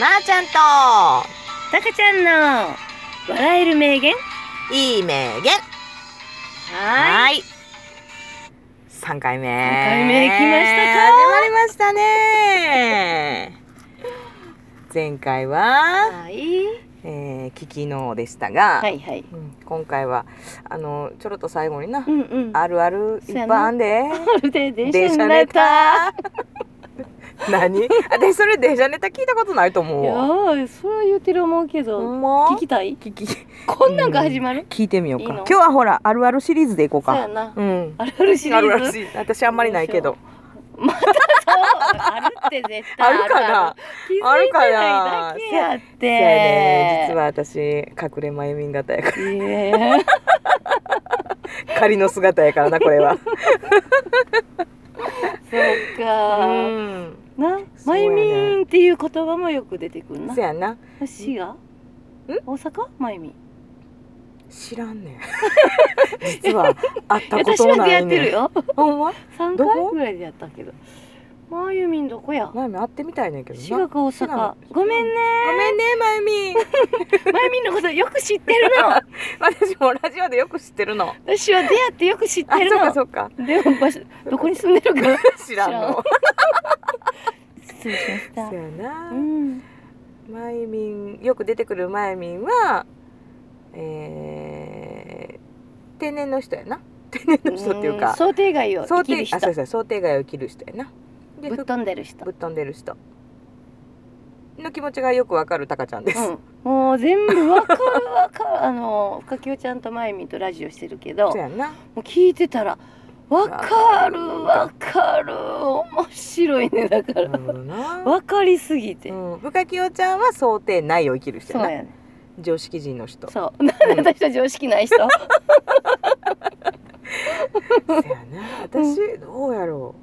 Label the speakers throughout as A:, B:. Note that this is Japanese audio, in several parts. A: まー、ちゃん
B: たかちゃんの笑える名言
A: といい名言
B: はーい
A: い三回目
B: 三回目来ましたか
A: 始まりましたね前回は、
B: はい
A: えー、聞きのでしたが、
B: はいはい
A: うん今回はあのちょろっと最後にな、
B: うんうん
A: あるあるいっぱいあんで
B: るで電
A: 電
B: 車
A: 車ネ
B: にネタ
A: タ 何私それ電車ネタ聞いたことないと思
B: いうや
A: わ
B: ーそれは言ってる思うけ
A: ほ
B: ど
A: んま
B: 聞きたい
A: 聞き
B: こんなんが始まる
A: 聞いてみようか
B: いいの
A: 今日はほらあるあるシリーズでいこう
B: そうや
A: か
B: な
A: うん
B: あるあるシリ
A: あるあ
B: ー
A: る
B: ズ
A: シリーズ私あんまりないけ ど
B: あるって絶対
A: あるかな
B: 気づいてないだけやっ
A: そ
B: て
A: うやね実は私隠れまゆみん型やか
B: いいね
A: ら仮の姿やからなこれは
B: そうか
A: うん
B: な
A: そう
B: ま
A: やね
B: ゆみんっていう言葉もよく出てくるな
A: そやな
B: 滋賀大阪まゆみん
A: 知ら んねん実は会ったこ
B: 私
A: とも
B: は
A: な
B: 出会
A: い
B: ってる
A: ねん
B: よ
A: ほんま
B: 三
A: ど
B: 回
A: こ
B: ぐらいでやったけどまゆみんどこや
A: まゆみ会ってみたいねんけどな
B: 滋賀か大
A: 滋賀
B: 阪ごめんね
A: ごめんねまゆ み
B: まゆみんのことよく知ってるの
A: 私もラジオでよく知ってるの
B: 私は出会ってよく知っ
A: あ
B: てる
A: そっか
B: の
A: そっか
B: でも場所どこに住んでるか
A: 知らんの
B: 失礼しま
A: そ
B: し
A: やな
B: たうん
A: まゆみんよく出てくるまゆみんはえー、定年の人やな 定年の人っていう
B: うん
A: か
B: 想定外を生
A: 想
B: きる
A: 定
B: 人
A: あそうそう想定外を生きる人やなで
B: ぶっ
A: ふ
B: 飛んでる人
A: ぶっ飛んでる人の気持ちがよくわかるタカちゃんです、
B: うん、もう全部わかるわかるあの深清ちゃんとまゆみんとラジオしてるけ ど
A: そうや
B: も
A: な
B: う聞いてたらわかるわかる面白いねだか
A: な
B: ら
A: るほどな
B: わかりすぎて、
A: うん、深清ちゃんは想定内を生きる人
B: そう
A: やな
B: やね
A: 常識人の人
B: そう なんで私たち常識ない人
A: そうやな私どうやろ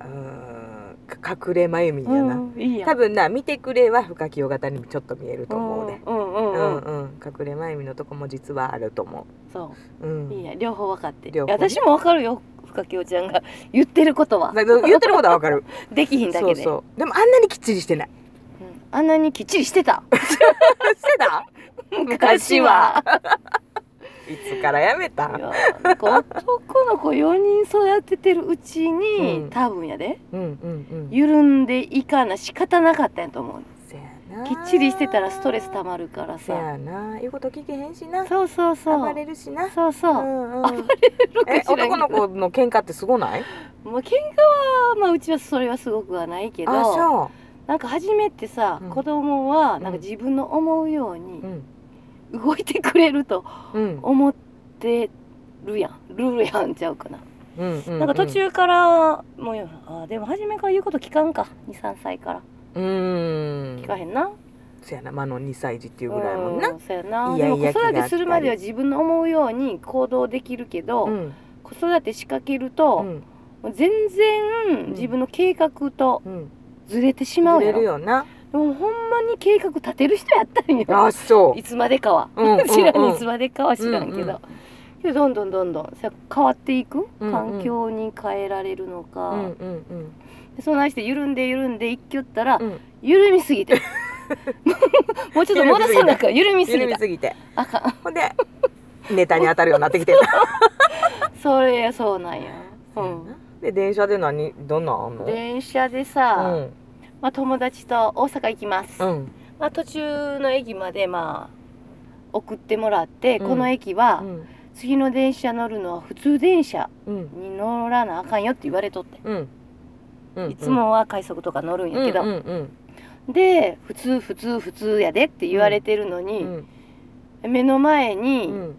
A: ううーんか隠れまゆみんやな、
B: うんいいや
A: 多分な見てくれは深清型にちょっと見えると思うね、
B: うんうん
A: う、
B: うんん
A: う
B: うん、
A: ん隠れまゆみのとこも実はあると思、
B: そう
A: うん、
B: ういいや両方分かって、
A: 両方ね
B: 私も分かるよ深清ちゃんが言ってることは
A: だけど言ってることはわか る
B: できひんだけ
A: そ
B: で
A: うそうでもあんなにきっちりしてない
B: うんあんなにきっちりしてた
A: してた
B: 昔は。
A: いつからやめた
B: いやなんか男の子4人育ててるうちに、
A: うん
B: 多分やで
A: うんうんうん
B: 緩んでいかな仕方なかったんやと思う
A: せやな
B: きっちりしてたらストレス溜まるから
A: せ
B: さ
A: やな言うこと聞けへんしな
B: そうそうそ
A: 暴
B: う
A: れるしな
B: そうそうう、
A: んうん
B: なんか
A: え
B: 知らんけど
A: 男の子の喧嘩ってすごない
B: まあ喧嘩はまあうちはそれはすごくはないけ
A: あ
B: ど
A: そ
B: なんか初めてさ、
A: うん
B: 子供は
A: ん
B: なんか自分の思うように
A: ううん
B: 動いてくれると
A: うん
B: 思ってるやんルールやんちゃうかな
A: うんう
B: なんか途中からもうあでも初めから言うこと聞かんか23歳から
A: うん
B: 聞かへんな
A: そやなまああの2歳児っていうぐらいもん
B: う
A: なん
B: そうやない
A: やいや
B: でも
A: 気
B: 子育
A: があった
B: て
A: り
B: するまでは自分の思うように行動できるけど、
A: うん
B: 子育て仕掛ける
A: う
B: と、
A: ん
B: もう全
A: うん
B: 然自分の計画と
A: うん
B: ずれてしま
A: 売
B: うや
A: れる
B: ろ
A: よな
B: でもほんまに計画立てる人やったんよ
A: あそう
B: いつまでかは、
A: うんうんうん
B: 知らんいつまでかは知らんけど、
A: うんうん
B: けどどんどんどんどんさ変わっていく、
A: うんうん
B: 環境に変えられるのか、
A: うんうんうん
B: でそんなして緩んで緩んでいっきよったら、
A: うん
B: 緩みす ぎてもうちょっと戻さなきゃ緩みす
A: 緩
B: ぎ
A: み
B: た
A: すぎて
B: あかん
A: ほんでネタに当たるようになってきてる
B: それそうなんや、うん、
A: で電車で何どんなんあんの
B: 電車でさ、
A: うん
B: まあ、友達と大阪行きます、
A: うん
B: まあ、途中の駅までまあ送ってもらって、
A: うん
B: この駅
A: う
B: は
A: ん
B: 次の電車乗るのは普通電車
A: うん
B: に乗らなあかんよって言われとって、
A: うんうん
B: いつもは快速とか乗るんやけど、
A: うんうん
B: で普通普通普通やでって言われてるの
A: う
B: に、
A: ん
B: 目の前
A: うんう
B: に
A: ん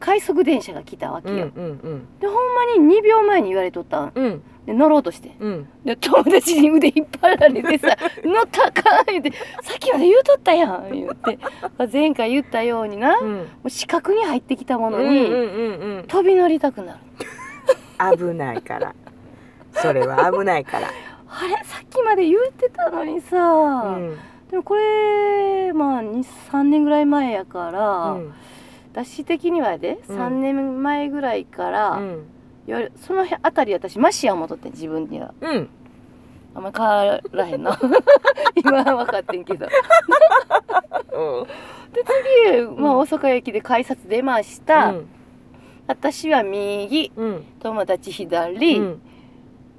B: 快速電車が来たわけ
A: う
B: よ、
A: んうん
B: でほんまに2秒前に言われとったん
A: うん
B: で乗ろうとして
A: うん
B: で友達に腕引っ張られ てさ「乗ったらあかん」言うて「さっきまで言うとったやん」言うて前回言ったようになも
A: うん
B: う視覚に入ってきたもの
A: うんう
B: に
A: んうんうん
B: 飛び乗りたくなる
A: 危ないからそれは危ないから
B: あれさっきまで言ってたのにさ、
A: うん
B: でもこれまあ23年ぐらい前やから、
A: うん
B: 私的にはやで
A: うん
B: 3年前ぐらいから、
A: うん
B: よりその辺あたり私マシや思うとってん自分には
A: うん
B: あんま変わらへ んな今は分かってんけど
A: うん
B: で次、まあ、大阪駅で改札出ました、
A: うん
B: 私は右
A: うん
B: 友達
A: う
B: 左、
A: ん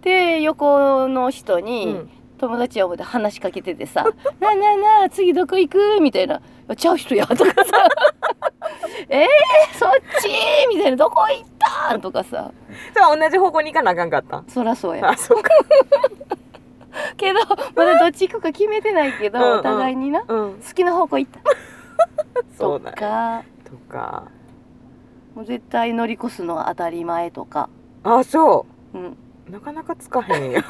B: で横の人に、
A: うん
B: 友達はもう話しかけててさ 「なあなあなあ次どこ行く?」みたいな「ちゃう人や」とかさ 「えー、そっち?」みたいな「どこ行ったん?」とかさ
A: じゃあ同じ方向に行かなあかんかった
B: そらそ うや
A: あそうか
B: けどまだどっち行くか決めてないけど
A: うんうん
B: お互いにな
A: うん
B: 好きな方向行った
A: そ
B: と
A: うだよ
B: か
A: とか
B: もう絶対乗り越すのは当たり前とか、
A: あそ
B: うん、
A: うなかなかつかへん や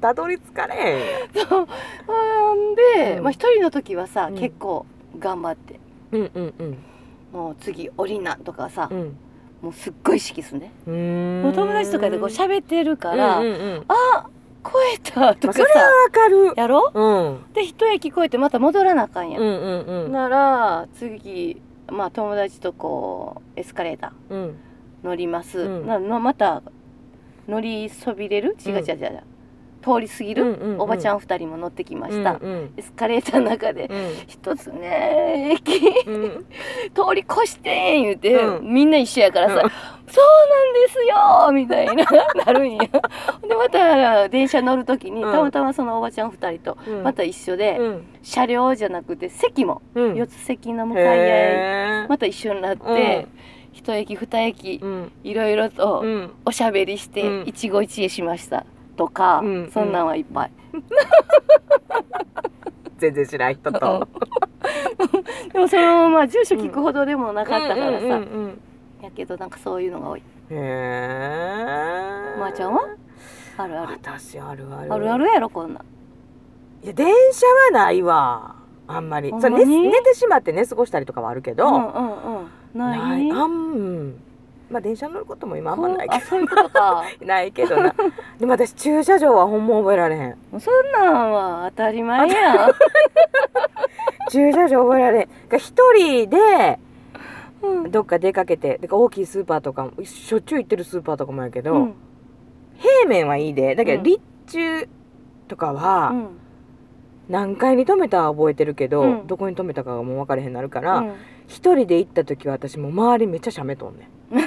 A: たどり着かれへんや
B: そうなんで、
A: うん
B: まあ、一人の時はさ、
A: うん
B: 結構頑張って
A: うんうんうん
B: 「もう次降りな」とかさ、
A: うん
B: もうすっごい意識すんね。
A: うーん
B: もう友達とかでこう喋ってるから、
A: うんうんうん
B: あ超えたと
A: まあそ
B: か
A: れ
B: さ
A: はわかる
B: やろ
A: うん
B: で一駅超えてまた戻らなあかんや、
A: うんんうん
B: なら次まあ友達とこうエスカレータ
A: うんうん
B: ー乗ります、
A: うん
B: なのまた乗りそびれる違う
A: うん
B: 違う違う、通り過ぎ
A: う
B: る、
A: んうん
B: おばちゃ
A: ん
B: ん二人も乗ってきま
A: ま
B: し
A: う
B: た、
A: ん
B: エスカレーターの中で
A: うん
B: 一つね駅通
A: うんうん
B: り越してん言うて、
A: うん
B: みんな一緒やからさ、
A: うん
B: そうなんですよみたいな なるんやでまた電車乗る時に
A: うん
B: たまたまそのおばちゃん2人と
A: うん
B: また一緒で、
A: うん
B: 車両じゃなくて席も
A: うん
B: 四つ席の向かい合い
A: へー
B: また一緒になって、一駅二駅
A: うん
B: いろいろ
A: う
B: と
A: ん
B: おしゃべりして、
A: うん
B: 一期一会しましたとか、
A: うん
B: そんなんはいっぱい。
A: 全然知らん人と
B: でもそのまあ住所聞くほどでもなかったからさ、
A: うんうんうん
B: やけどなんかそういうのが多い。
A: うんへえ
B: まーちゃんはあるある。
A: 私あるある
B: あるあるやろこんなん。
A: いや電車はないわあんまり
B: ほん
A: そ
B: ま
A: う
B: に
A: 寝寝てしまって寝過ごしたりとかはあるけ
B: う
A: ど、
B: んうんうん。ない。
A: あんうんまあ電車に乗ることも今あんまないけ
B: あそういうことか。
A: どないけどなでも私駐車場はほんま覚えられへん
B: もうそんなんは当たり前やん。
A: 駐車場覚えられへんだから一人で
B: うん
A: どっか出かけてだから大きいスーパーとかもしょっちゅう行ってるスーパーとかもやけど、
B: うん
A: 平面はいいでだけ
B: う
A: ど
B: ん
A: 立中とか
B: う
A: は
B: ん
A: 何階に止めたは覚えてるけど、
B: うん
A: どこに止めたかがもう分からへんなるか
B: う
A: ら、
B: ん
A: 一人で行った時は私もう周りめっちゃしゃめとんね ん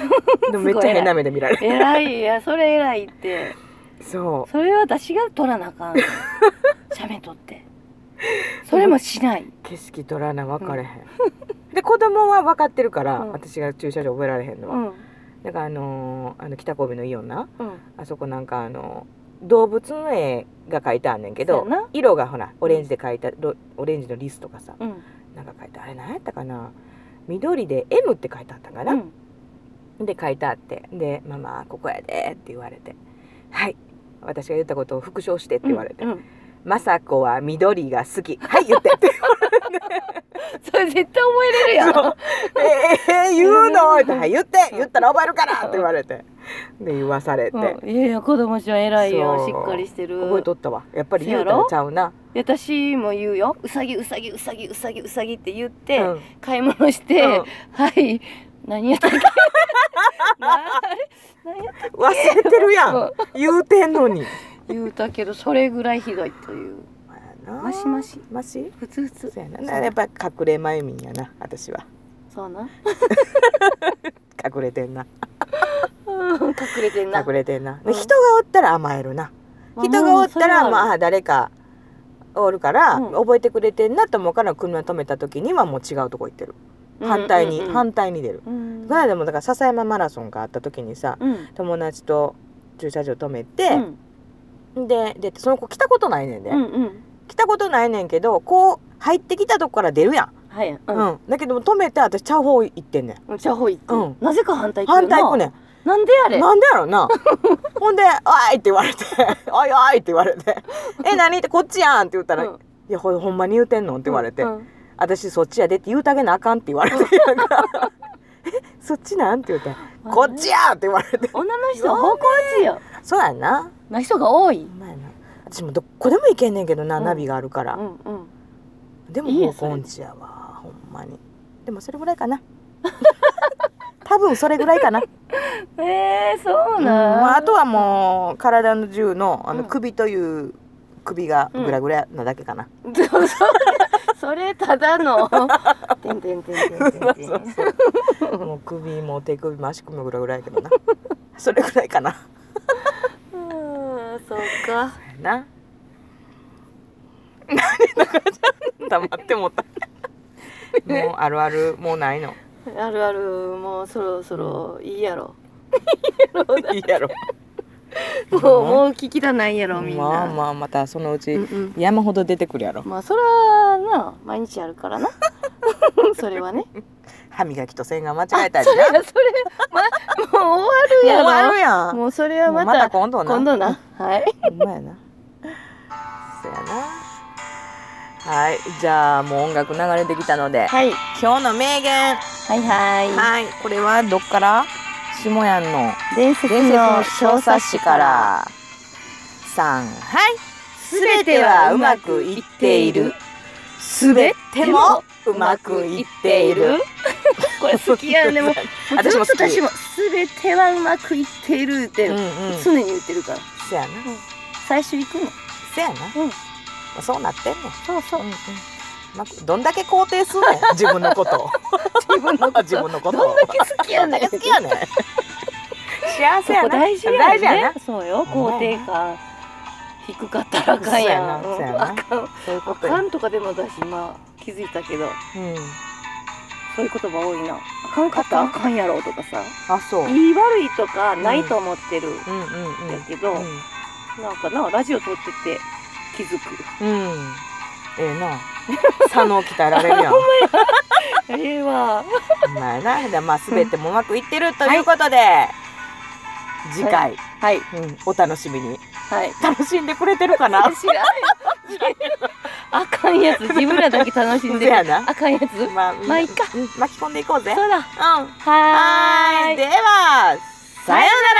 A: でもめっちゃ変な目で見られる
B: 偉いいやそれ偉いって
A: そ
B: それは私が取らなあか ん写メ撮ってそれもしないう
A: 景色取らな分かれへん、で子供は分かってるから、
B: うん
A: 私が駐車場覚えられへんの
B: う
A: は、
B: んうん
A: だからあのーあの北神戸のイオンなあそこなんかあのー動物の絵が描いてあんねんけ
B: そう
A: ど
B: やな
A: 色がほらオレンジで描いたロオレンジのリスとかさ
B: うん
A: なんか描いてあれ何やったかな緑で M って書いてあったんかな、
B: うん
A: で書いてあってで「ママここやで」って言われて「はい私が言ったことを復唱して」って言われて
B: うんうん
A: 「雅子は緑が好き」「はい言って」って
B: それ絶対覚えれるや
A: そ
B: ん
A: 「えー、言うの?」って「はい言って
B: うん
A: 言ったら覚えるから」って言われてで言わされて、
B: うんいやいや子供ちゃん偉いよ
A: そう
B: しっかりしてる
A: 覚えとったわやっぱり言うた
B: そうや
A: ら
B: ろ
A: ちゃうな
B: 私も言うようさぎうさぎうさぎうさぎうさぎって言って、
A: うん
B: 買い物して、
A: うん
B: はい何やったっ けなあれ何やったっ
A: 忘れてるや
B: け
A: ん言うてんのに
B: 言うたけどそれぐらいひどいというマシマシ
A: マシ
B: ふつふつ
A: そうやななやっぱ隠れまゆみんやな私は
B: そうな
A: 隠れてんな
B: 隠れてんな
A: 隠れてんな、
B: うん
A: 人がおったら甘えるな人がおったらまあ誰かおるから
B: うん
A: 覚えてくれてんなと思うから車止めた時にはもう違うとこ行ってる反対に反対に出る
B: うん
A: この間もだから笹山マラソンがあった時にさ
B: うん
A: 友達と駐車場止め
B: う
A: て、
B: ん
A: ででその子来たことないねんで、
B: うんうん
A: 来たことないねんけどこう入ってきたとこから出るやん、
B: はいうん
A: うんだけど止めて私ちゃう方行ってんねん
B: うんじゃあほいって
A: うん
B: なぜか反対行く
A: 反対行く
B: ね
A: ねん
B: なんであれ
A: なんでやろう なほんで「おい!」って言われて 「おいおい!」って言われ て「え何?」って「こっちやん!」って言ったら
B: うん
A: いやほほんまに言うてんの?」って言われて「
B: うん
A: 私そっちやで」って言うたげなあかんって言われ て「えそっちなん?」って言って「こっちや!」って言われて
B: 女の人は方向地よ
A: そうやな
B: な人が多い
A: ほんまやな私もどこでも行けんねんけどな、
B: うん
A: ナビがあるから
B: う、んうん
A: でも
B: いいや
A: もうこんちやわ ほんまにでもそれぐらいかな多分それぐらいかな
B: ええー、そう
A: うん
B: なん、
A: まあ、あとはもう体の銃のあの
B: うん
A: 首という首がグラグラなだけかな、
B: でもそ それただの「てんてんてんてんてんてん」
A: もう首も手首も足首もグラグラやけどなそれぐらいかな
B: うーんそうか
A: な何だかちゃん黙ってもうたもうあるあるもうないの
B: あるあるもうそろそろいいやろ
A: いいやろ
B: もうもう聞きたないやろみんな、
A: まあまあまたそのう
B: うん
A: ち
B: うん
A: 山ほど出てくるやろ
B: まあそらな毎日あるから なそれはね
A: 歯磨きと洗顔間違えたり
B: それ
A: な
B: はそれ、ま、もう終わるやろ
A: もうあるやん
B: もうそれは
A: もう
B: ま
A: また
B: た
A: 今度な
B: 今度なはい
A: ほんまやな。そやな。はい、じゃあもう音楽流れてきたので、
B: はい
A: 今日の名言。
B: はいは
A: はい、これはどっから？下やんの
B: い伝説
A: 伝説
B: の
A: の
B: 小
A: 小
B: 冊
A: 冊子
B: 子か
A: からら。さん、はい。す
B: べてはうまくいっている。
A: すべてもうまくいっている。
B: これ好きやねもう
A: 私も好き
B: ずっと私も全てはうまくいっているって、
A: うんうん。
B: 常に言ってるから
A: そやな。
B: 最初行くね
A: そやな。
B: うん
A: まあそうなってんねん。
B: そうそう
A: うんうん。まあどんだけ肯定すんねん自分のことを。
B: 自分のこ と
A: 自分のこと
B: どんだけ好きや ねん
A: 好きやねん 幸
B: そ
A: せや
B: こ
A: な
B: 大事やね
A: 大事やな
B: そうよ
A: ほんま
B: 肯定
A: や
B: 感低かったらあかんやん
A: そうやなそうや
B: うん
A: な
B: あかん
A: そういうこ
B: あ
A: とよ
B: かんとかでも私今気づいたけど
A: うん
B: そういう言葉多いなあかんかったらあかんやろとかさ
A: あそううん
B: いい悪いとかないと思ってる、
A: うんうん
B: やけどなんかなラジオ撮ってて気づ
A: う
B: く
A: んうんええな佐野鍛えられ るやん
B: ええわ
A: ほんまやなでまあ全てもうまくいってるということで、次回、
B: はい
A: うん、お楽しみに
B: はい
A: 楽しんでくれてるかな
B: 知らんよ あかんやつ自分らだけ楽しん
A: せ
B: でる
A: やな
B: あかんやつそう
A: まあ、
B: まあいっか
A: うん巻き込んでいこうぜうんは
B: だはーい
A: ーいではさようなら